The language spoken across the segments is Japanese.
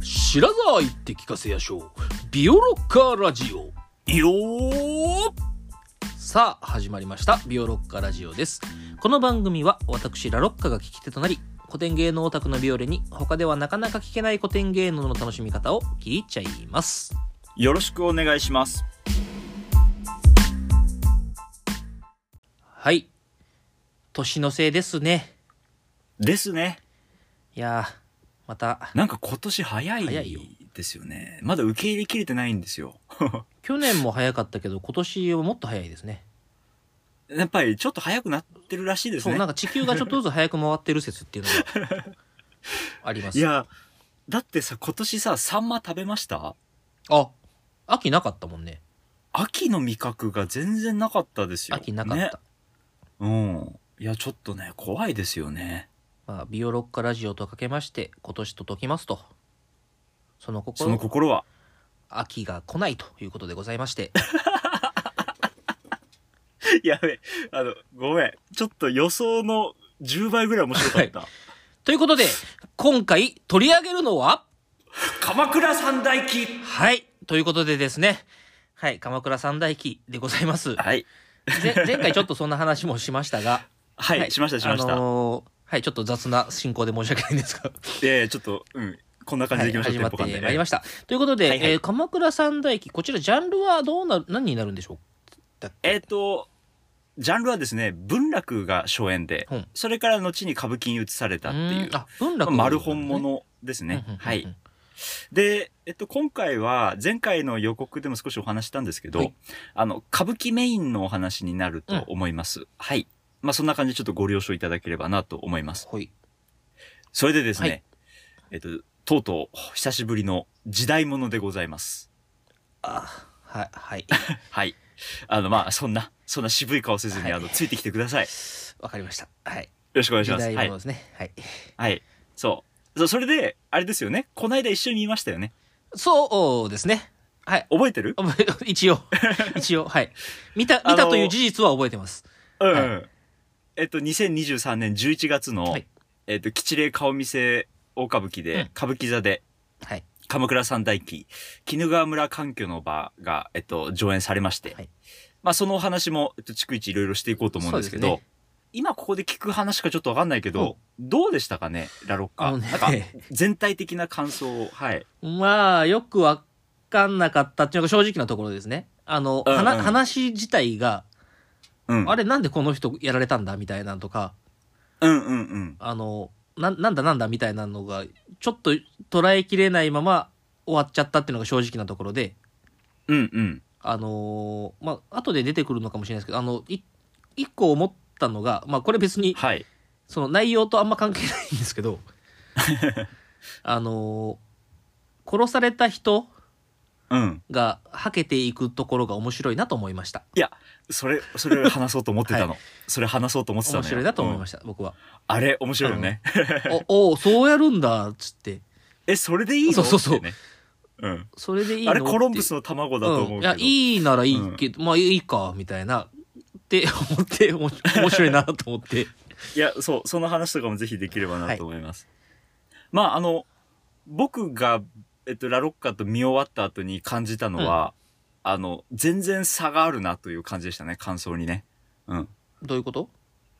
白沢行って聞かせやしょう。ビオロッカーラジオ。よーさあ、始まりました。ビオロッカーラジオです。この番組は私、ラロッカが聞き手となり、古典芸能オタクのビオレに他ではなかなか聞けない古典芸能の楽しみ方を聞いちゃいます。よろしくお願いします。はい。年のせいですね。ですね。いやー、また、なんか今年早早いよいですよね。まだ受け入れきれてないんですよ。 去年も早かったけど、今年はもっと早いですね。やっぱりちょっと早くなってるらしいですそう、なんね。か地球がちょっとずつ早く回ってる説っていうのがあります。 いや、だってさ、今年さ、サンマ食べましたあ、秋なかったもんね。秋の味覚が全然なかったですよ。秋なかった。ねうん。いや、ちょっとね、怖いですよね。まあ、ビオロッカラジオとかけまして、今年と解きますと。そのそ心、の心は。 秋が来ないということでございまして。 やべ、あの、ごめん。ちょっと予想の10倍ぐらい面白か った。ということで、今回取り上げるのは鎌倉三大記はい。ということでですね。はい。鎌倉三大記でございます。はい。ぜ前回ちょっとそんな話もしましたが。 はい、しました、しました。あのーはい。ちょっと雑な進行で申し訳ないんですが。ええちょっと、うん。こんな感じでいきましょう、はい、始まってまテンポ感でいりました。ということで、はいはいえー鎌倉三大記、こちらジャンルはどうなる、何になるんでしょうだっけえっ、と、ジャンルはですね、文楽が初演で、うんそれから後に歌舞伎に移されたっていうーん、あ、文まあ楽、丸本物ですうんうんねうんうん。はい。。で、えっと、今回は、前回の予告でも少しお話したんですけど、はいあの、歌舞伎メインのお話になると思います。はい。まあ、そんな感じでちょっとご了承いただければなと思います。ほい。それでですね、はいえっと、とうとう、久しぶりの時代物でございます。あ、はい、はい。はい。あの、まあ、そんな、そんな渋い顔せずに、はいあの、ついてきてください。よわかりました。はい。ろしくお願いし時ます。代は物いで。すね。はい。はい。そう。そう、それで、あれですよね。こないだ一緒にいましたよね。そうですね。はい。 覚えてるあ一 応、一応、はい。見た、見あたのという事実は覚えてます。うん、はえっと、2023年11月の、はいえっと、吉礼顔見せ大歌舞伎で、うん歌舞伎座で、はい。鎌倉三大記、鬼怒川村環境の場が、えっと、上演されまして、はいまあ、そのお話も、えっと、逐一いろいろしていこうと思うんですけそうど、で今ここで聞く話かちょっとわかんないけど、どうでしたかね、ラロッあカ。のねなんか、全体的な感想を、はい。まあ、よくわかんなかったっていうのが正直なところですね。あの、うんうんはな話自体が、うん。あれなんでこの人やられたんだみたいなのとか、うんうんうん。あの、な、なんだなんだみたいなのが、ちょっと捉えきれないまま終わっちゃったっていうのが正直なところで、うんうん。あのーまあ、後で出てくるのかもしれないですけど、あの、い一個思ったのが、まあ、これ別に、はい。その内容とあんま関係ないんですけ ど、あのー殺された人うん。が、はけていくところが面白いなと思いました。それ、それ話そうと思ってたの。はそれ話そうと思ってたの面よ。白いなと思いましした、僕は。た。あれ、面白いよね。お、おそうやるんだ、っつって。え、それでいいのそうそうそうってねうん。それでいいのあれ、コロンブってスの卵だと思うけど。ん、いやいいならいいけど、まあいいかみたいなって思っておも面白いなと思っていや、そう、その話とかもぜひできればはないと思います。まあ、あの、僕が、えっと、ラロッカと見終わった後に感じたのは、あの、全然差があるなという感じでしたね、感想にね。うん。どういうこと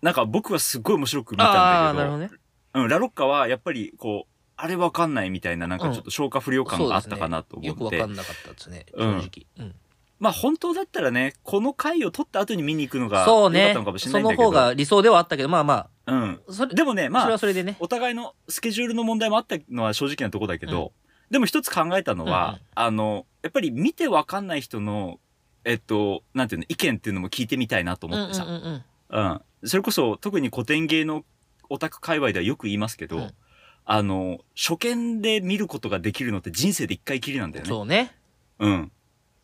なんか僕はすっごい面白く見たんああーだけなど、るほどねうん、ラロッカはやっぱりこう、あれわかんないみたいな、なんかちょっと消化不良感があったかなとそうですね思よくっわて、かんなかったですね正うん直、うんまあ本当だったらね、この回を取った後に見に行くのが良かそうっねたのかもしれなそいんのだけど、方が理想ではあったけどまあまうん。あそれでもね、まあそれ、はそれでねお互いのスケジュールの問題もあったのは正直なとこだけど、でも一つ考えたのは、うんうんあの、やっぱり見てわかんない人の、えっと、なんていうの、意見っていうのも聞いてみたいなとうんう思んっうてさ、うんんうんそれこそ特に古典芸のオタク界隈ではよく言いますけど、うんあの、初見で見ることができるのって人生で一回きりなんだよね。そうねうん。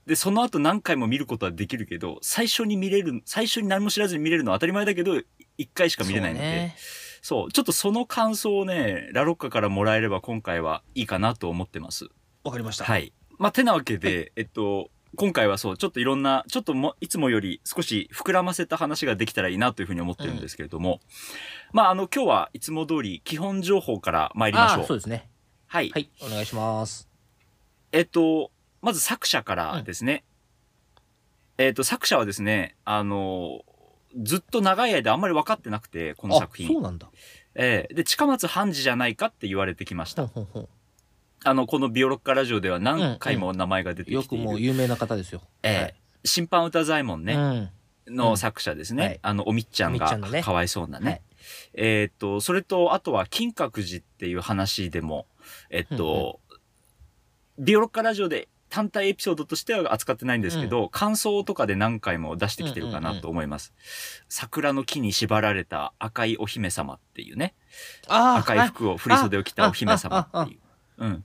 で、その後何回も見ることはできるけど、最初に見れる、最初に何も知らずに見れるのは当たり前だけど、一回しか見れないので、そうねそう、ちょっとその感想をね、ラロッカからもらえれば今回はいいかなと思ってます。わかりましたはい。まあ、てなわけで、えっと、今回はそう、ちょっといろんな、ちょっとも、いつもより少し膨らませた話ができたらいいなというふうに思ってるんですけれども、まあ、あの、今日はいつも通り基本情報から参りましあょあう。そうですねはい。はいお願いしますえっと、まず作者からですね。えっと、作者はですね、あの、ずっと長い間あんまり分かってなくて、このあ作そう品。なんだええで、近松半次じゃないかって言われてきましほんた。ほんほんあの、このビオロッカラジオでは何回も名前が出てよきてくいる。もう有名な方ですよええ審判歌左衛門ね、ねうんの作者ですね。はいあの、おみっちゃんおみっがちゃんのねかわいそうなね。はいえーっと、それと、あとは、金閣寺っていう話でも、えっと、ビオロッカラジオで単体エピソードとしては扱ってないんですけど、感想とかで何回も出してきてるかなと思います。桜の木に縛られた赤いお姫様っていうね、ああ赤い服を、振り袖を着たお姫様っていう。うん。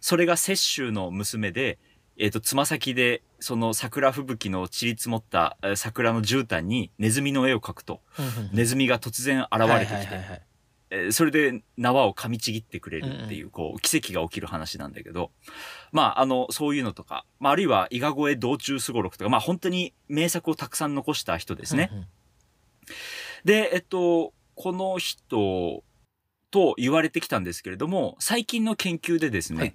それが雪舟の娘で、えっ、と、つま先で、その桜吹雪の散り積もったえー桜の絨毯にネズミの絵を描くと、ネズミが突然現れてきて、えーそれで縄を噛みちぎってくれるっていう、こう、奇跡が起きる話なんだけど、まあ、あの、そういうのとか、まあ、あるいは、伊賀越え道中すごろくとか、まあ、本当に名作をたくさん残した人ですね。で、えっと、この人と言われてきたんですけれども、最近の研究でですね、はい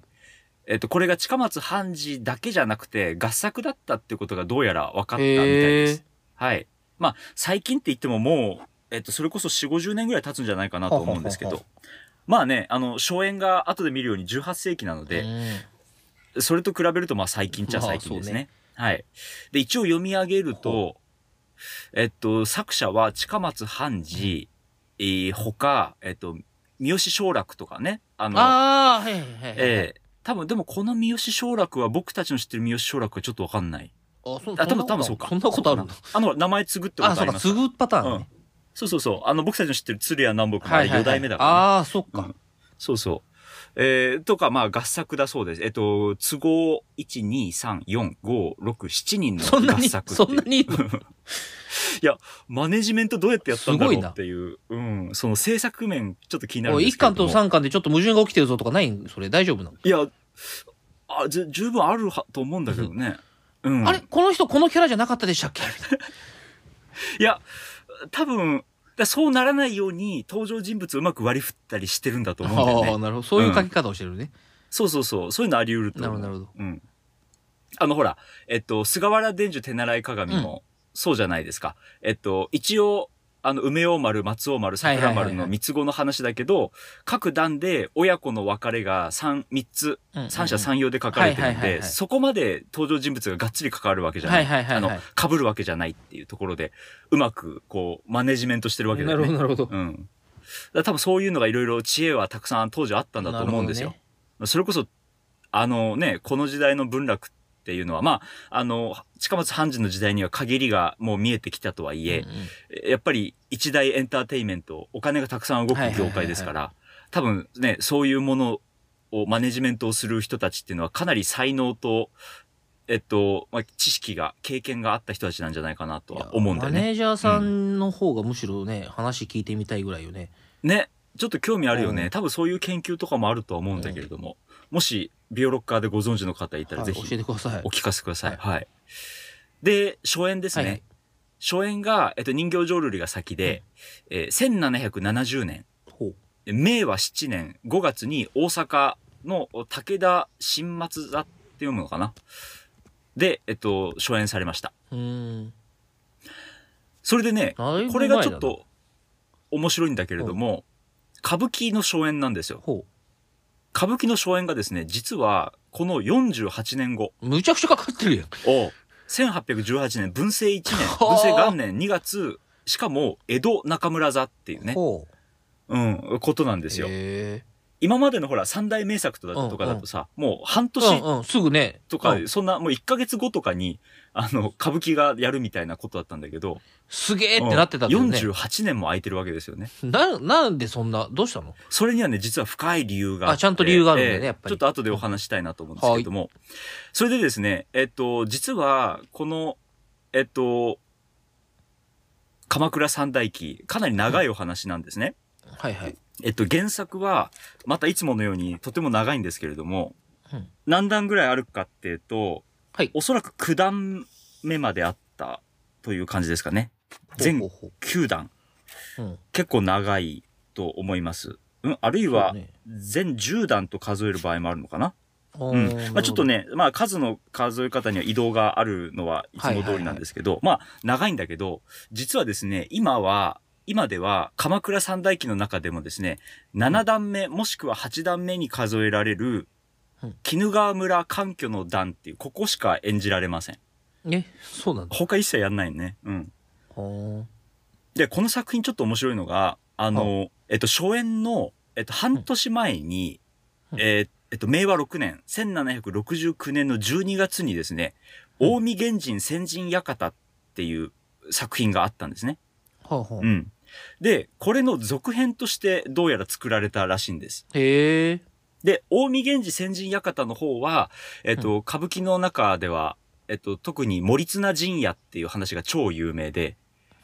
えっと、これが近松半次だけじゃなくて、合作だったってことがどうやら分かったみたいでへす。えはい。まあ、最近って言ってももう、えっと、それこそ4、50年ぐらい経つんじゃないかなと思うんですけほうどほ、まあね、あの、荘園が後で見るように18世紀なので、それと比べるとまあ最近っちゃ最近ですね。はい。で、一応読み上げると、えっと、作者は近松半次、えー他、えっと、三好省楽とかね。あの、ああはいはいはいええ多分でもこの三好省楽は僕たちの知ってる三好省楽はちょっとわかんない。あそんそあ、んな多分こと多分そうか。そんなことあるんだそうかなあの、名前継ぐってことああそうりかますすぐパターンうんねそうそうそう。あの、僕たちの知ってる鶴屋南北のあはいれはいはい4代目だからね、ああそっうかんそうそう。えー、とか、まあ、合作だそうです。えっと、都合、1、2、3、4、5、6、7人そんのな合に作そんなっていう。にマネジメントどうやってやったんだろすうごいなっていう、うん、その制作面、ちょっと気になるんおいで一すけれ巻ども。と三巻でちょっと矛盾が起きてるぞとかないんそれ大丈夫なのいや、あ、じゅ十分あるはと思うんだけどね。うん。あれこの人このキャラじゃなかったでしたっけみたいないや、多分、だそうならないように登場人物をうまく割り振ったりしてるんだと思うんだよねあ。あなるほどそういう書き方をしてるねそうそうそう。そういうのあり得ると思う。なるほどなるうん。あの、ほら、えっと、菅原伝授手習い鏡も、そうじゃないですか。えっと、一応、あの、梅王丸、松王丸、はいはいは桜いはい丸の三つ子の話だけど、各段で親子の別れが三、三つ、うんうんうん三者三様で書かれてるはいんはいはいで、はいそこまで登場人物ががっつり関わるわけじゃない。はいはいはいはいあの、被るわけじゃないっていうところで、うまく、こう、マネジメントしてるわけだなよるほどね。なるほどうん。だから多分そういうのがいろいろ知恵はたくさん当時あったんだと思うんですよ。それこそ、あのね、この時代の文楽っていうのは、まあ、あの、近松半次の時代には限りがもう見えてきたとはいえうん、うんやっぱり一大エンターテインメント、お金がたくさん動くはいはいはいは業い界ですから、多分ね、そういうものをマネジメントをする人たちっていうのはかなり才能と、えっと、まあ、知識が、経験があった人たちなんじゃないかなとは思うんだよいやマネね。ージャーさんの方がむしろね、話聞いてみたいぐらいよね。ね、ちょっと興味あるよね。うん多分そういう研究とかもあるとは思うんだけれども、もし、ビオロッカーでご存知の方いたら、はいぜ教ひ、えてくださいお。聞かせください。はい。で、初演ですはいはいね。初演が、えっと、人形浄瑠璃が先で、えー1770年、ほう明和7年5月に大阪の武田新松座って読むのかなで、えっと、初演されました。うーん。それでね、だいぶ前だなこれがちょっと面白いんだけれども、歌舞伎の初演なんですよ。ほ歌舞伎の初演がですね、実は、この48年後、う。むちゃくちゃかかってるやん。を1818年文政1年はあ文政元年2月しかも江戸中村座っていうね、ほう。うん、ことなんですよ、へ今までのほら三大名作とだとかだとさ、もう半え年うんうん、すぐね。とか、うんそんなもう1ヶ月後とかにあの歌舞伎がやるみたいなことだったんだけど、すげえってなってたけどうんね。 48年も空いてるわけですよねな、なんでそんな、どうしたのそれにはね実は深い理由があってあちゃんと理由があるんだよねええやっぱりちょっと後でお話したいなと思うんですけれども、それでですねえっと実はこのえっと鎌倉三大記かなり長いお話なんですね、はいはい。えっと原作はまたいつものようにとても長いんですけれども、うん何段ぐらいあるかっていうと、はいおそらく9段目まであったという感じですかね全ほうほう9段ほううん。結構長いと思います、うん、あるいはそうね全10段と数える場合もあるのかなううんまあ、ちょっと。ね、まあ、数の数え方には移動があるのはいつも通りなんですけど、まあ、長いんだけど、実はですね、今は、今では鎌倉三大記の中でもですね、7段目もしくは8段目に数えられるうん、鬼怒川村環境の段っていう、ここしか演じられません。え、そうなんだ。他一切やんないね。うん。あーで、この作品ちょっと面白いのが、あの、えっと、初演の、えっと、半年前に、うんえーえっと、明和6年、1769年の12月にですね、うん近江源人先人館っていう作品があったんですね。はあはあ。うん。で、これの続編としてどうやら作られたらしいんです。へえ。で、近江源氏先人館の方は、えっと、歌舞伎の中では、えっと、特に森綱陣屋っていう話が超有名で、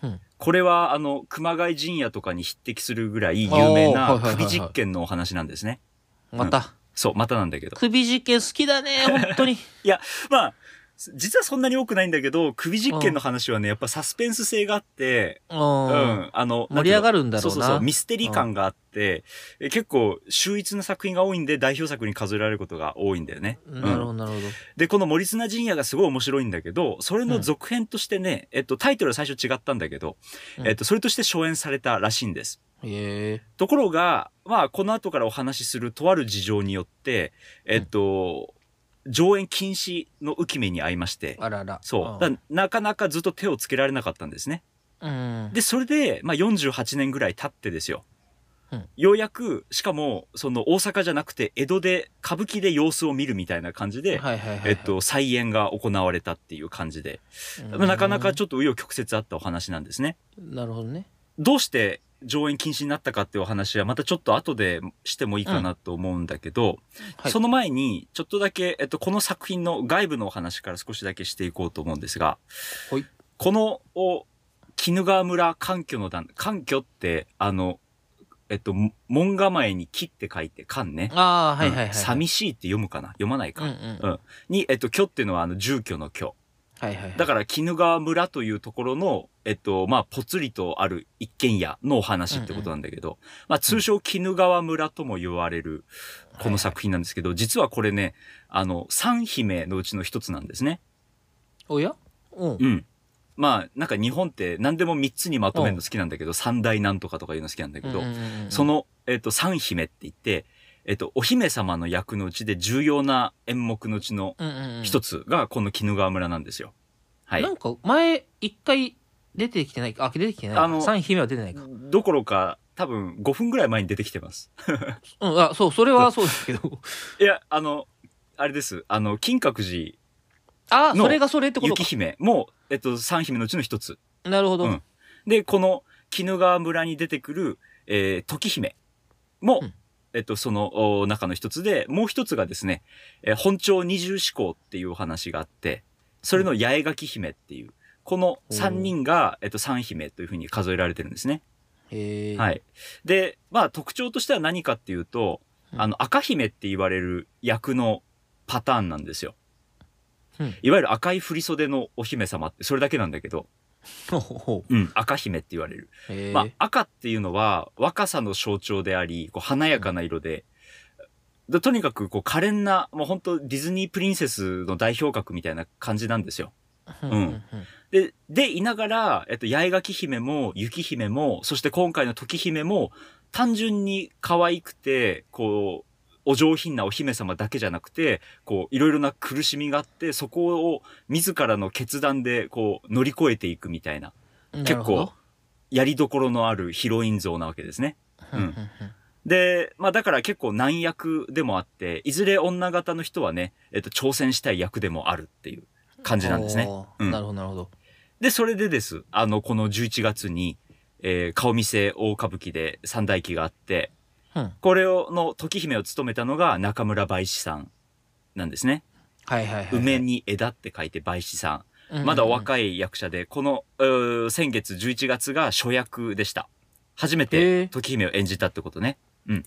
うんこれは、あの、熊谷陣屋とかに匹敵するぐらい有名あーはいなはいはいはい首実験のお話なんですね。また。そう、またなんだけど。首実験好きだね、本 当に。まあ、実はそんなに多くないんだけど、首実験の話はね、やっぱサスペンス性があって、う。うんん、あの、盛り上がるるんだろうな。そうそうそう、ミステリー感があって、え結構、秀逸な作品が多いんで、代表作に数えられることが多いんだよね。うんなるほど、なるほど。で、この森綱陣屋がすごい面白いんだけど、それの続編としてね、えっと、タイトルは最初違ったんだけど、うんえっと、それとして初演されたらしいんです。へえ。ところが、まあ、この後からお話しするとある事情によって、えっと、上演禁止の浮き目に遭いまして、あらら。そう。だなかなかずっと手をつけられなかったんですね。うん。で、それで、まあ、48年ぐらい経ってですよ。うんようやく、しかも、その、大阪じゃなくて、江戸で、歌舞伎で様子を見るみたいな感じで、はいはいはいはい。えっと、再演が行われたっていう感じで、うん、なかなかちょっと紆余曲折あったお話なんですね。なるほどね。どうして上演禁止になったかっていうお話はまたちょっと後でしてもいいかなと思うんだけど、はい。その前にちょっとだけ、えっと、この作品の外部のお話から少しだけしていこうと思うんですが、はいこの、お、鬼怒川村環境の段、環境って、あの、えっと、門構えに木って書いて、環ね。ああ、はいはいはいはうんい。寂しいって読むかな読まないか。うんうん。うんに、えっと、居っていうのは、あの、住居の居。はいはいはい。だから、鬼怒川村というところの、えっと、まあ、ぽつりとある一軒家のお話ってことなんだけど、まあ、通称、鬼怒川村とも言われる、この作品なんですけど、実はこれね、あの、三姫のうちの一つなんですね。おやうん。うん。まあ、なんか日本って何でも三つにまとめるの好きなんだけど、三大なんとかとかいうの好きなんだけど、その、の、えっと、三姫って言って、えっと、お姫様の役のうちで重要な演目のうちのうんうんうん一つが、この鬼怒川村なんですよ。はいな。んか、前、一回、出てきてないか。あ、出てきてないか。あの三姫は出てないか。どころか、多分5分ぐらい前に出てきてます。うん、あ、そう、それはそうですけど。 いや、あの、あれです。あの、金閣寺、あ、のそれがそれってこと雪か。姫も、えっと、三姫のうちの一つ。なるほど。うんで、この、鬼怒川村に出てくる、えー、時姫も、うんえっと、そのお中の一つで、もう一つがですね、えー本朝二重志向っていうお話があって、それの八重垣姫っていう、この三人が、えっと、三姫というふうに数えられてるんですね。へえ。。はいい。で、まあ特徴としては何かっていうと、うんあの、赤姫って言われる役のパターンなんですよ。うんいわゆる赤い振り袖のお姫様ってそれだけなんだけど、 ほうほうん、赤姫って言われる。う。へえ。まあ赤っていうのは若さの象徴であり、こう華やかな色で、でとにかくこう可憐な、もう本当ディズニープリンセスの代表格みたいな感じなんですよ。うんうんで、で、いながら、えっと、八重垣姫も、雪姫も、そして今回の時姫も、単純に可愛くて、こう、お上品なお姫様だけじゃなくて、こう、いろいろな苦しみがあって、そこを自らの決断で、こう、乗り越えていくみたいな、うん結構。やりどころのあるヒロイン像なわけですね。なるほどうんうんで、まあだから結構難役でもあって、いずれ女型の人はね、えっと、挑戦したい役でもあるっていう感じなんですね。おーうんなるほど、なるほど。で、それでです。あの、この11月に、えー顔見せ大歌舞伎で三大期があって、うん。これを、の時姫を務めたのが中村梅子さんなんですね。はいはいはい。梅に枝って書いて梅子さうんうんうんん。まだお若い役者で、この、うー先月11月が初役でした。初へめーて時姫を演じたってことね。うん。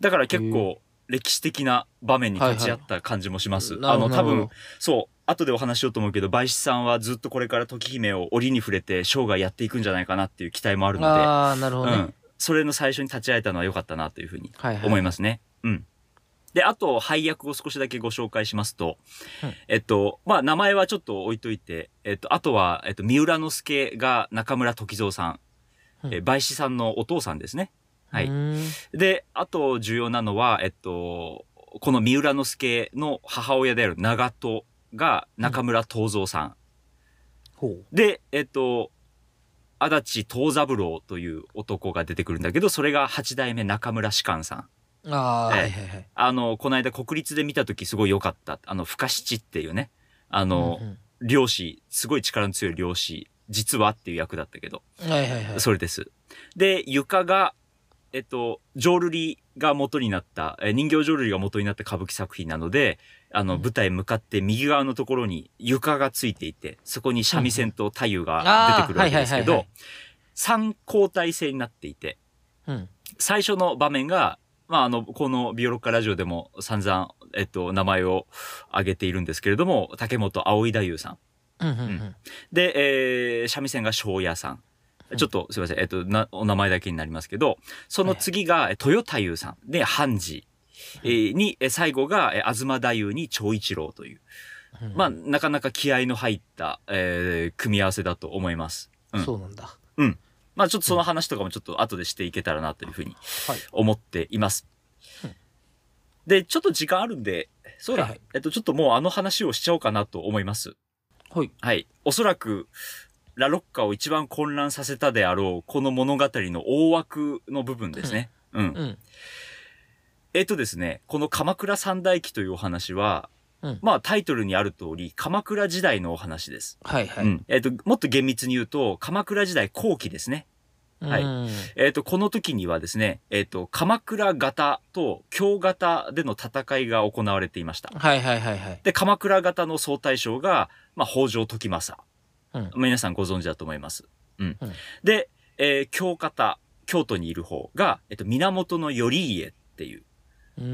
だから結構、歴史的な場面に立ち会った感じもします。なるほどあの、な多るほど分、そう、後でお話しようと思うけど、梅子さんはずっとこれから時姫を折に触れて生涯やっていくんじゃないかなっていう期待もあるので、ああ、なるほうどね。ん、それの最初に立ち会えたのは良かったなというふうにはいはい。思いますね。うん。で、あと、配役を少しだけご紹介しますと、うんえっと、まあ、名前はちょっと置いといて、えっと、あとは、えっと、三浦之助が中村時蔵さん、うんえー、梅子さんのお父さんですね。はい。うんで、あと重要なのは、えっと、この三浦之助の母親である長門が中村東蔵さん。ほう。で、えっと、足立東三郎という男が出てくるんだけど、それが八代目中村士官さん。ああ、ええはいはいはい。あの、この間国立で見た時すごい良かった。あの、深七っていうね、あのう、ん漁師、すごい力の強い漁師、実はっていう役だったけど、うんはいはいはい。それです。で、床が、えっと、浄瑠璃が元になった、えー人形浄瑠璃が元になった歌舞伎作品なので、あの、うん舞台向かって右側のところに床がついていて、そこに三味線と太夫があー出てくるわけですけはいどはい、三交代制になっていて、うん。最初の場面が、まあ、あの、このビオロッカラジオでも散々、えっと、名前を挙げているんですけれども、竹本葵太夫さん。うんうんうん。で、えー三味線が庄屋さんう。んちょっとすいません、えっと、な、お名前だけになりますけど、その次が、え豊太夫さん、で、半次、えーに、え最後が、え東太夫に長一郎という、うんまあ、なかなか気合の入った、えー組み合わせだと思います。うんそうなんだ。まあ、ちょっとその話とかもちょっと後でしていけたらなというふうにはい。思っていますうん。で、ちょっと時間あるんで、そうだ、はいはいえっと、ちょっともうあの話をしちゃおうかなと思います。はい。はい。おそらく、ラロッカを一番混乱させたであろう、この物語の大枠の部分ですね。うん。うん。えっとですね、この鎌倉三大記というお話は、うんまあタイトルにある通り、鎌倉時代のお話です。はいはうい。ん。えっと、もっと厳密に言うと、鎌倉時代後期ですね。はいうんえっと、この時にはですね、えっと、鎌倉型と京型での戦いが行われていました。はいはいはいはい。で、鎌倉型の総大将が、まあ、北条時政。うん皆さんご存知だと思います。うん。うんで、えー京方、京都にいる方が、えっと、源頼家っていう、うー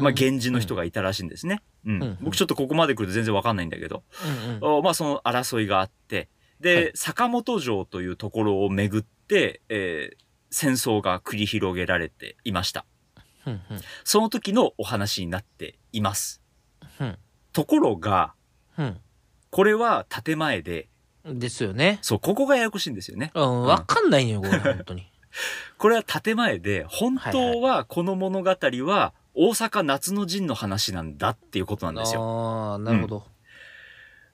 んまあ、源氏の人がいたらしいんですね。うん。うん僕ちょっとここまで来ると全然わかんないんだけど、うんうんおまあ、その争いがあって、で、はい坂本城というところをめぐって、えー戦争が繰り広げられていました。うんその時のお話になっています。うんところが、うんこれは建前で、うんですよね。そう、ここがややこしいんですよね。うん、わかんないのよ、これ、本当に。これは建前で、本はい当はこの物語は大阪夏の陣の話なんだっていうこと なんですよ。ああ、なるほど。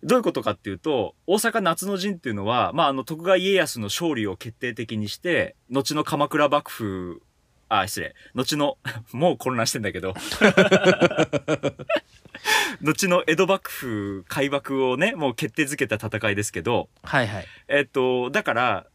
どういうことかっていうと、大阪夏の陣っていうのは、まあ、あの、徳川家康の勝利を決定的にして、後の鎌倉幕府、あ、失礼。後の、 もう混乱してんだ けど。後の江戸幕府開幕をね、もう決定づけた戦いですけど、はいはい。えっと、だから、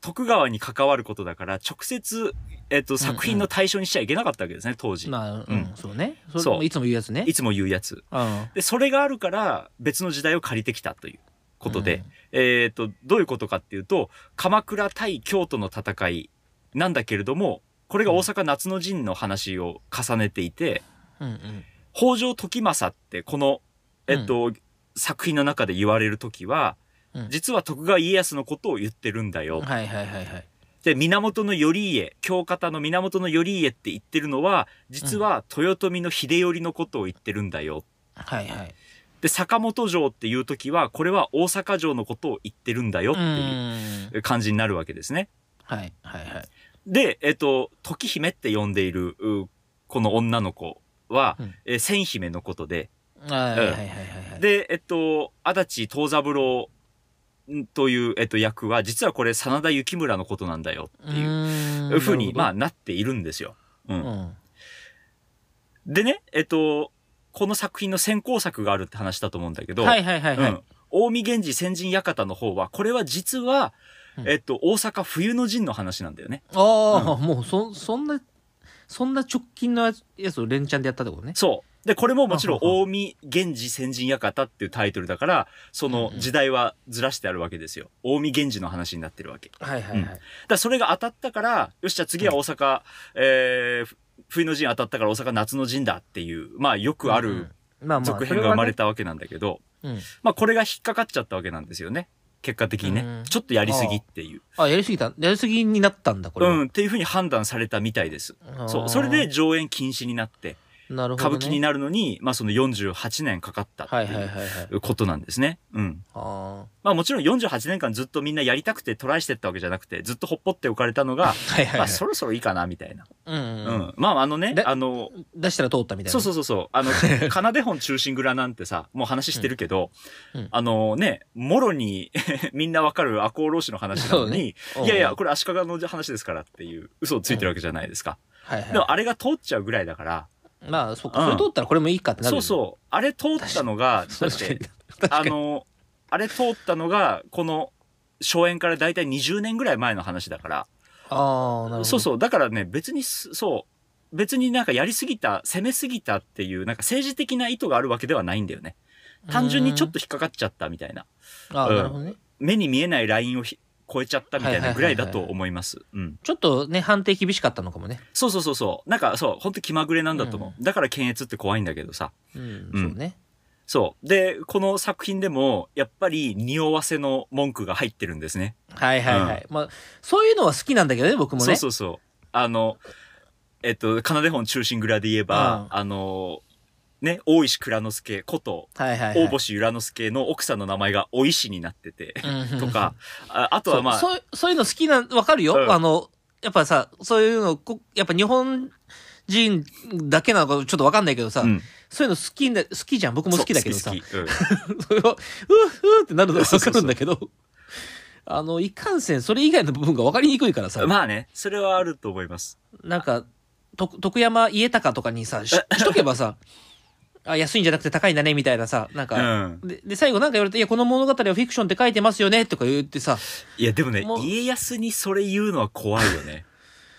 徳川に関わることだから、直接、えっと、作品の対象にしちゃいけなかったわけですね、当時。まあ、ううんん、そうね。それそうもいつも言うやつね。いつも言うやつ。うん。で、それがあるから、別の時代を借りてきたということで、うんえっと、どういうことかっていうと、鎌倉対京都の戦いなんだけれども、これが大阪夏の陣の話を重ねていて、うんうん。北条時政って、この、えっと、作品の中で言われる時は、うん実は徳川家康のことを言ってるんだよ。はいはいはいはい。で、源の頼家、京方の源の頼家って言ってるのは、実は豊臣の秀頼のことを言ってるんだよ。はいはい。で、坂本城っていう時は、これは大阪城のことを言ってるんだよっうていーん。う感じになるわけですね。はいはいはい。で、えっと、時姫って呼んでいる、うこの女の子は、うんえー千姫のことで、はいはいはいはい。はい、で、えっと、足立東三郎んという、えっと、役は、実はこれ、真田幸村のことなんだよっていうーうんふうに、まあ、なるなっているんですよ。うんほどうん。でね、えっと、この作品の先行作があるって話だと思うんだけど、はいはいはいはういん。近江源氏先人館の方は、これは実は、うんえっと、大阪冬の陣の話なんだよね。ああ、もうそ、そんな、そんな直近のやつを連チャンでやったってことね。そう。で、これももちろん、ははは近江源氏先人館っていうタイトルだから、そのうんうん時代はずらしてあるわけですよ。近江源氏の話になってるわけ。だかはいはいはい。らそれが当たったから、よし、じゃあ次は大阪、えーふ冬の陣当たったから大阪夏の陣だっていう、まあよくあうんるうん、まあまあ続編が生まれた。たわけなんだけど、そはねうんまあこれが引っかかっちゃったわけなんですよね。結果的にね。うんちょっとやりすぎっていう。あ、やりすぎた。やりすぎになったんだ、これうは。ん、っていうふうに判断されたみたいです。あーそう。それで、上演禁止になって、なるほど、歌ね。舞伎になるのに、まあその48年かかったってはいはいはいいはい。うことなんですね。うん。あまあもちろん48年間ずっとみんなやりたくてトライしてったわけじゃなくて、ずっとほっぽっておかれたのがあ。、はいはいまはあい。そろそろいいかな、みたいな。うんううんん。まああのねで、あの、出したら通ったみたいな。そうそうそうそう。 あの、奏で本中心蔵なんてさ、もう話してるけど、うんうんあのね、もろに みんなわかる赤穂浪士の話なのに、そうねいやいうんや、これ足利の話ですからっていう嘘をついてるわけじゃないですか。はいはいでもあれが通っちゃうぐらいだから、まあ、そううか。んそれ通ったらこれもいいかってなるそようね。そう、あれ通ったのが、だっ確かにて、あの、あれ通ったのが、この、荘園から大体20年ぐらい前の話だから、ああ、なるほど。そうそう。だからね、別にす、そう。別になんかやりすぎた、攻めすぎたっていう、なんか政治的な意図があるわけではないんだよね。単純にちょっと引っかかっちゃったみたいな。うん。ああ、うんなるほどね。目に見えないラインをひ超えちゃったみたいなぐらいだと思います。うん。ちょっとね、判定厳しかったのかもね。そうそうそうそう。なんかそう、ほんと気まぐれなんだと思う。だから検閲って怖いんだけどさ。うん、うんそうね。そう。で、この作品でも、やっぱり匂わせの文句が入ってるんですね。はいはいはい。まあ、そういうのは好きなんだけどね、僕もね。そうそうそう。あの、えっと、奏で本中心蔵で言えば、うあの、ね、大石蔵之介こと、はいはい、はい。大星由良之助の奥さんの名前がお石になってて、うんとか、ああとそはうまあ、そうそういうの好きな、わかるよ、うんあの、やっぱさ、そういうの、こやっぱ日本人だけなのかちょっとわかんないけどさ、うんそういうの好きだ、好きじゃん。僕も好きだけどさそう。好き好きそ れを、うっうっってなるのがそうわかそうそるうんだけど、あの、いかんせん、それ以外の部分がわかりにくいからさうん、まあね、それはあると思います。なんか、と徳山家隆とかにさ、ししとけばさ、あ、安いんじゃなくて高いんだね、みたいなさ、なんうか、ん。でで、最後なんか言われて、いや、この物語はフィクションって書いてますよね、とか言ってさ、いや、でもねもう、家康にそれ言うのは怖いよ ね。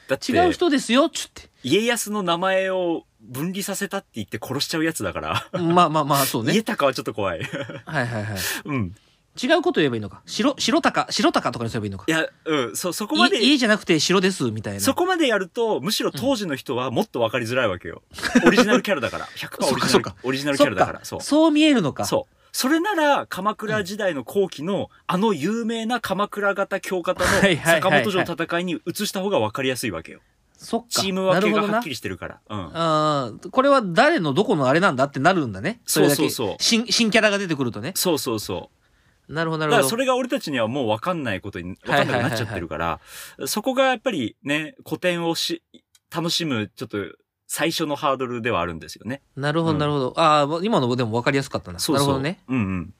だって、違う人ですよ、ちゅって。家康の名前を分離させたって言って殺しちゃうやつだから、まあまあまあ、そうね家。高はちょっ と怖い。はいはいはい。うん。違うこと言えばいいのか。白、白鷹、白鷹とかにすればいいのかい。や、うん、そ、そこまいで、家じゃなくて白です、みたいな。そこまでやると、むしろ当時の人はもっとわかりづらいわけよ。オリジナルキャラだ から。100%オリジそナっルか、オリジナルキャそっラだか。からそう。そう見えるのか。そう。それなら、鎌倉時代の後期の、あの有名な鎌倉型京方はいはいのはいはい坂本城の戦いに移した方が分かりやすいわけよ。そっか。チームな分けがるほどなはっきりしてるから。うん。ああ、これは誰のどこのあれなんだってなるんだね。れだけそうそうそう新、新キャラが出てくるとね。そうそうそう。なるほど、なだるかほらど。それが俺たちにはもう分かんないことに、分かんなくなっちゃってるから、そこがやっぱりね、古典をし、楽しむ、ちょっと、最初のハードルではあるんですよね。なるほうど、んなるほど。ああ、今のでも分かりやすかったな。そうそなう。るほどね。うんうん。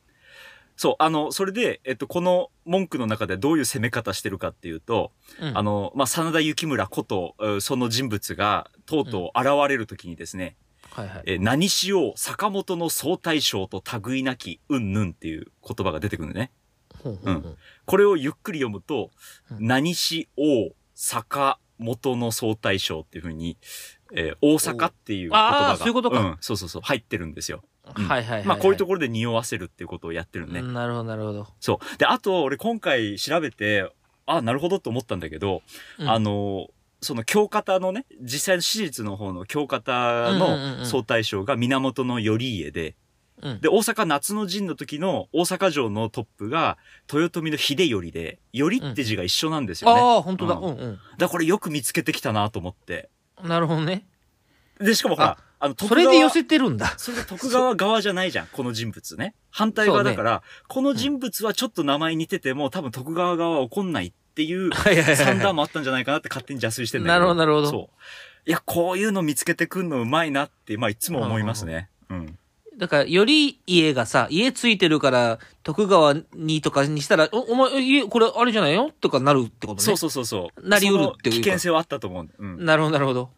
そう、あの、それで、えっと、この文句の中でどういう攻め方してるかっていうと、うん、あの、まあ、真田幸村こと、えーその人物が、とうとう現れるときにですね、はいはい。えー何しよう、坂本の総大将と類なき、うんぬんっていう言葉が出てくるのね。ほうほうほうこれをゆっくり読むと、うん何しよう、坂本の総大将っていうふうに、えー大阪っていう言葉おが。あーそういうことかん、そうそうそう、入ってるんですよ。うんはいはいはいはい。まあ、こういうとこころで匂わせるっていうことをやってるのね。なるほど、なるほど。そう。で、あと、俺今回調べて、あ、なるほどと思ったんだけど、うんあの、その京方のね、実際の史実の方の京方うんうんうんうのん総大将が源頼家で、うん。で、大阪夏の陣の時の大阪城のトップが豊臣の秀頼で、頼って字が一緒なんですよね。ああ、本当だ。ううんんうん。だからこれよく見つけてきたなと思って。なるほどね。で、しかもほら、あの、そ徳川れで寄せてるんだ。それで徳川側じゃないじゃん、この人物ね。反対側だから、この人物はちょっと名前似てても、多分徳川側は怒んないっていうはいはいはいはい算段もあったんじゃないかなって勝手に邪推してん だけど。なるほどなるほどそう。いや、こういうの見つけてくんのうまいなって、まあいつも思いますね。うん。だから、より家がさ、家ついてるから、徳川にとかにしたら、お、お前、家、これあれじゃないよとかなるってことね。そうそうそうそう。なりうるっていうかその危険性はあったと思う。うん。なるほど、なるほど。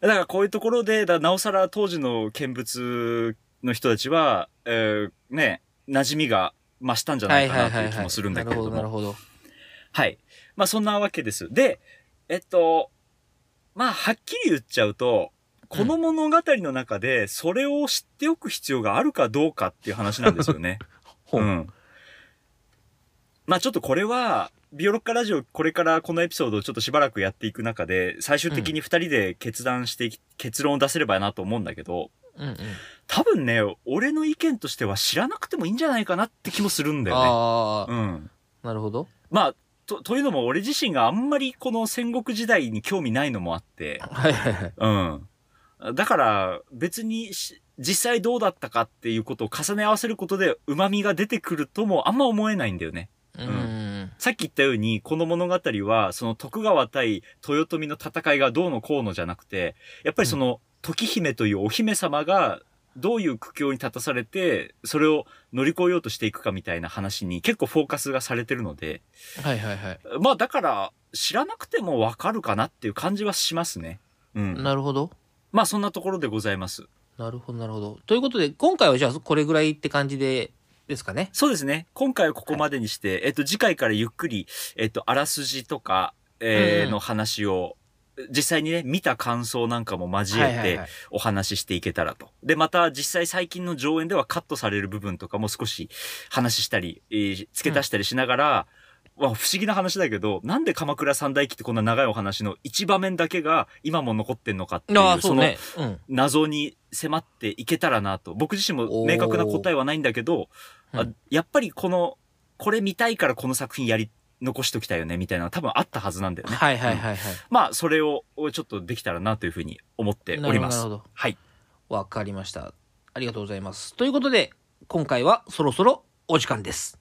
だからこういうところで、だなおさら当時の見物の人たちは、えー、ね、馴染みが増したんじゃないかなという気もするんだけれども。なるほど、なるほど。はい。まあそんなわけです。で、えっと、まあはっきり言っちゃうと、この物語の中でそれを知っておく必要があるかどうかっていう話なんですよね。ほううん。まあちょっとこれは、ビオロッカラジオこれからこのエピソードをちょっとしばらくやっていく中で、最終的に二人で決断していき、結論を出せればなと思うんだけど、うんうん。多分ね、俺の意見としては知らなくてもいいんじゃないかなって気もするんだよね。ああ、うん。なるほど。まあ、と、というのも俺自身があんまりこの戦国時代に興味ないのもあって、はいはいはい。うん。だから別にし実際どうだったかっていうことを重ね合わせることで旨味が出てくるともあんま思えないんだよね。うんさっき言ったように、この物語は、その徳川対豊臣の戦いがどうのこうのじゃなくて、やっぱりその、時姫というお姫様が、どういう苦境に立たされて、それを乗り越えようとしていくかみたいな話に結構フォーカスがされてるので、はいはいはい。まあだから、知らなくてもわかるかなっていう感じはしますね。うん。なるほど。まあそんなところでございます。なるほどなるほど。ということで、今回はじゃあこれぐらいって感じで、ですかね。そうですね。今回はここまでにして、えっと、次回からゆっくり、えっと、あらすじとか、えーうんの話を、実際にね、見た感想なんかも交えはいはいはていお話ししていけたらと。で、また実際最近の上演ではカットされる部分とかも少し話したり、えー付け足したりしながら、まあ不思議な話だけど、なんで鎌倉三大記ってこんな長いお話の一場面だけが今も残ってんのかっていう、ああ、そうね。うん。謎に迫っていけたらなと。僕自身も明確な答えはないんだけおど、ーあうんやっぱりこの、これ見たいからこの作品やり、残しときたいよね、みたいなのは多分あったはずなんだよね。はいはいはいはい。まあ、それをちょっとできたらなというふうに思っておりなまるすほどなる。はい。わかりました。ありがとうございます。ということで、今回はそろそろお時間です。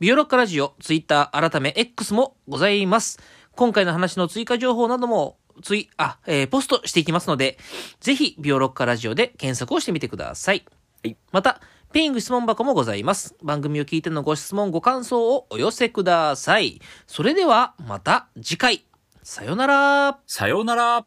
ビオロッカラジオ、ツイッター、改め X もございます。今回の話の追加情報なども、つい、あ、えーポストしていきますので、ぜひ、ビオロッカラジオで検索をしてみてください。はいまた、ペイング質問箱もございます。番組を聞いてのご質問、ご感想をお寄せください。それでは、また次回。さよなら。さようなら。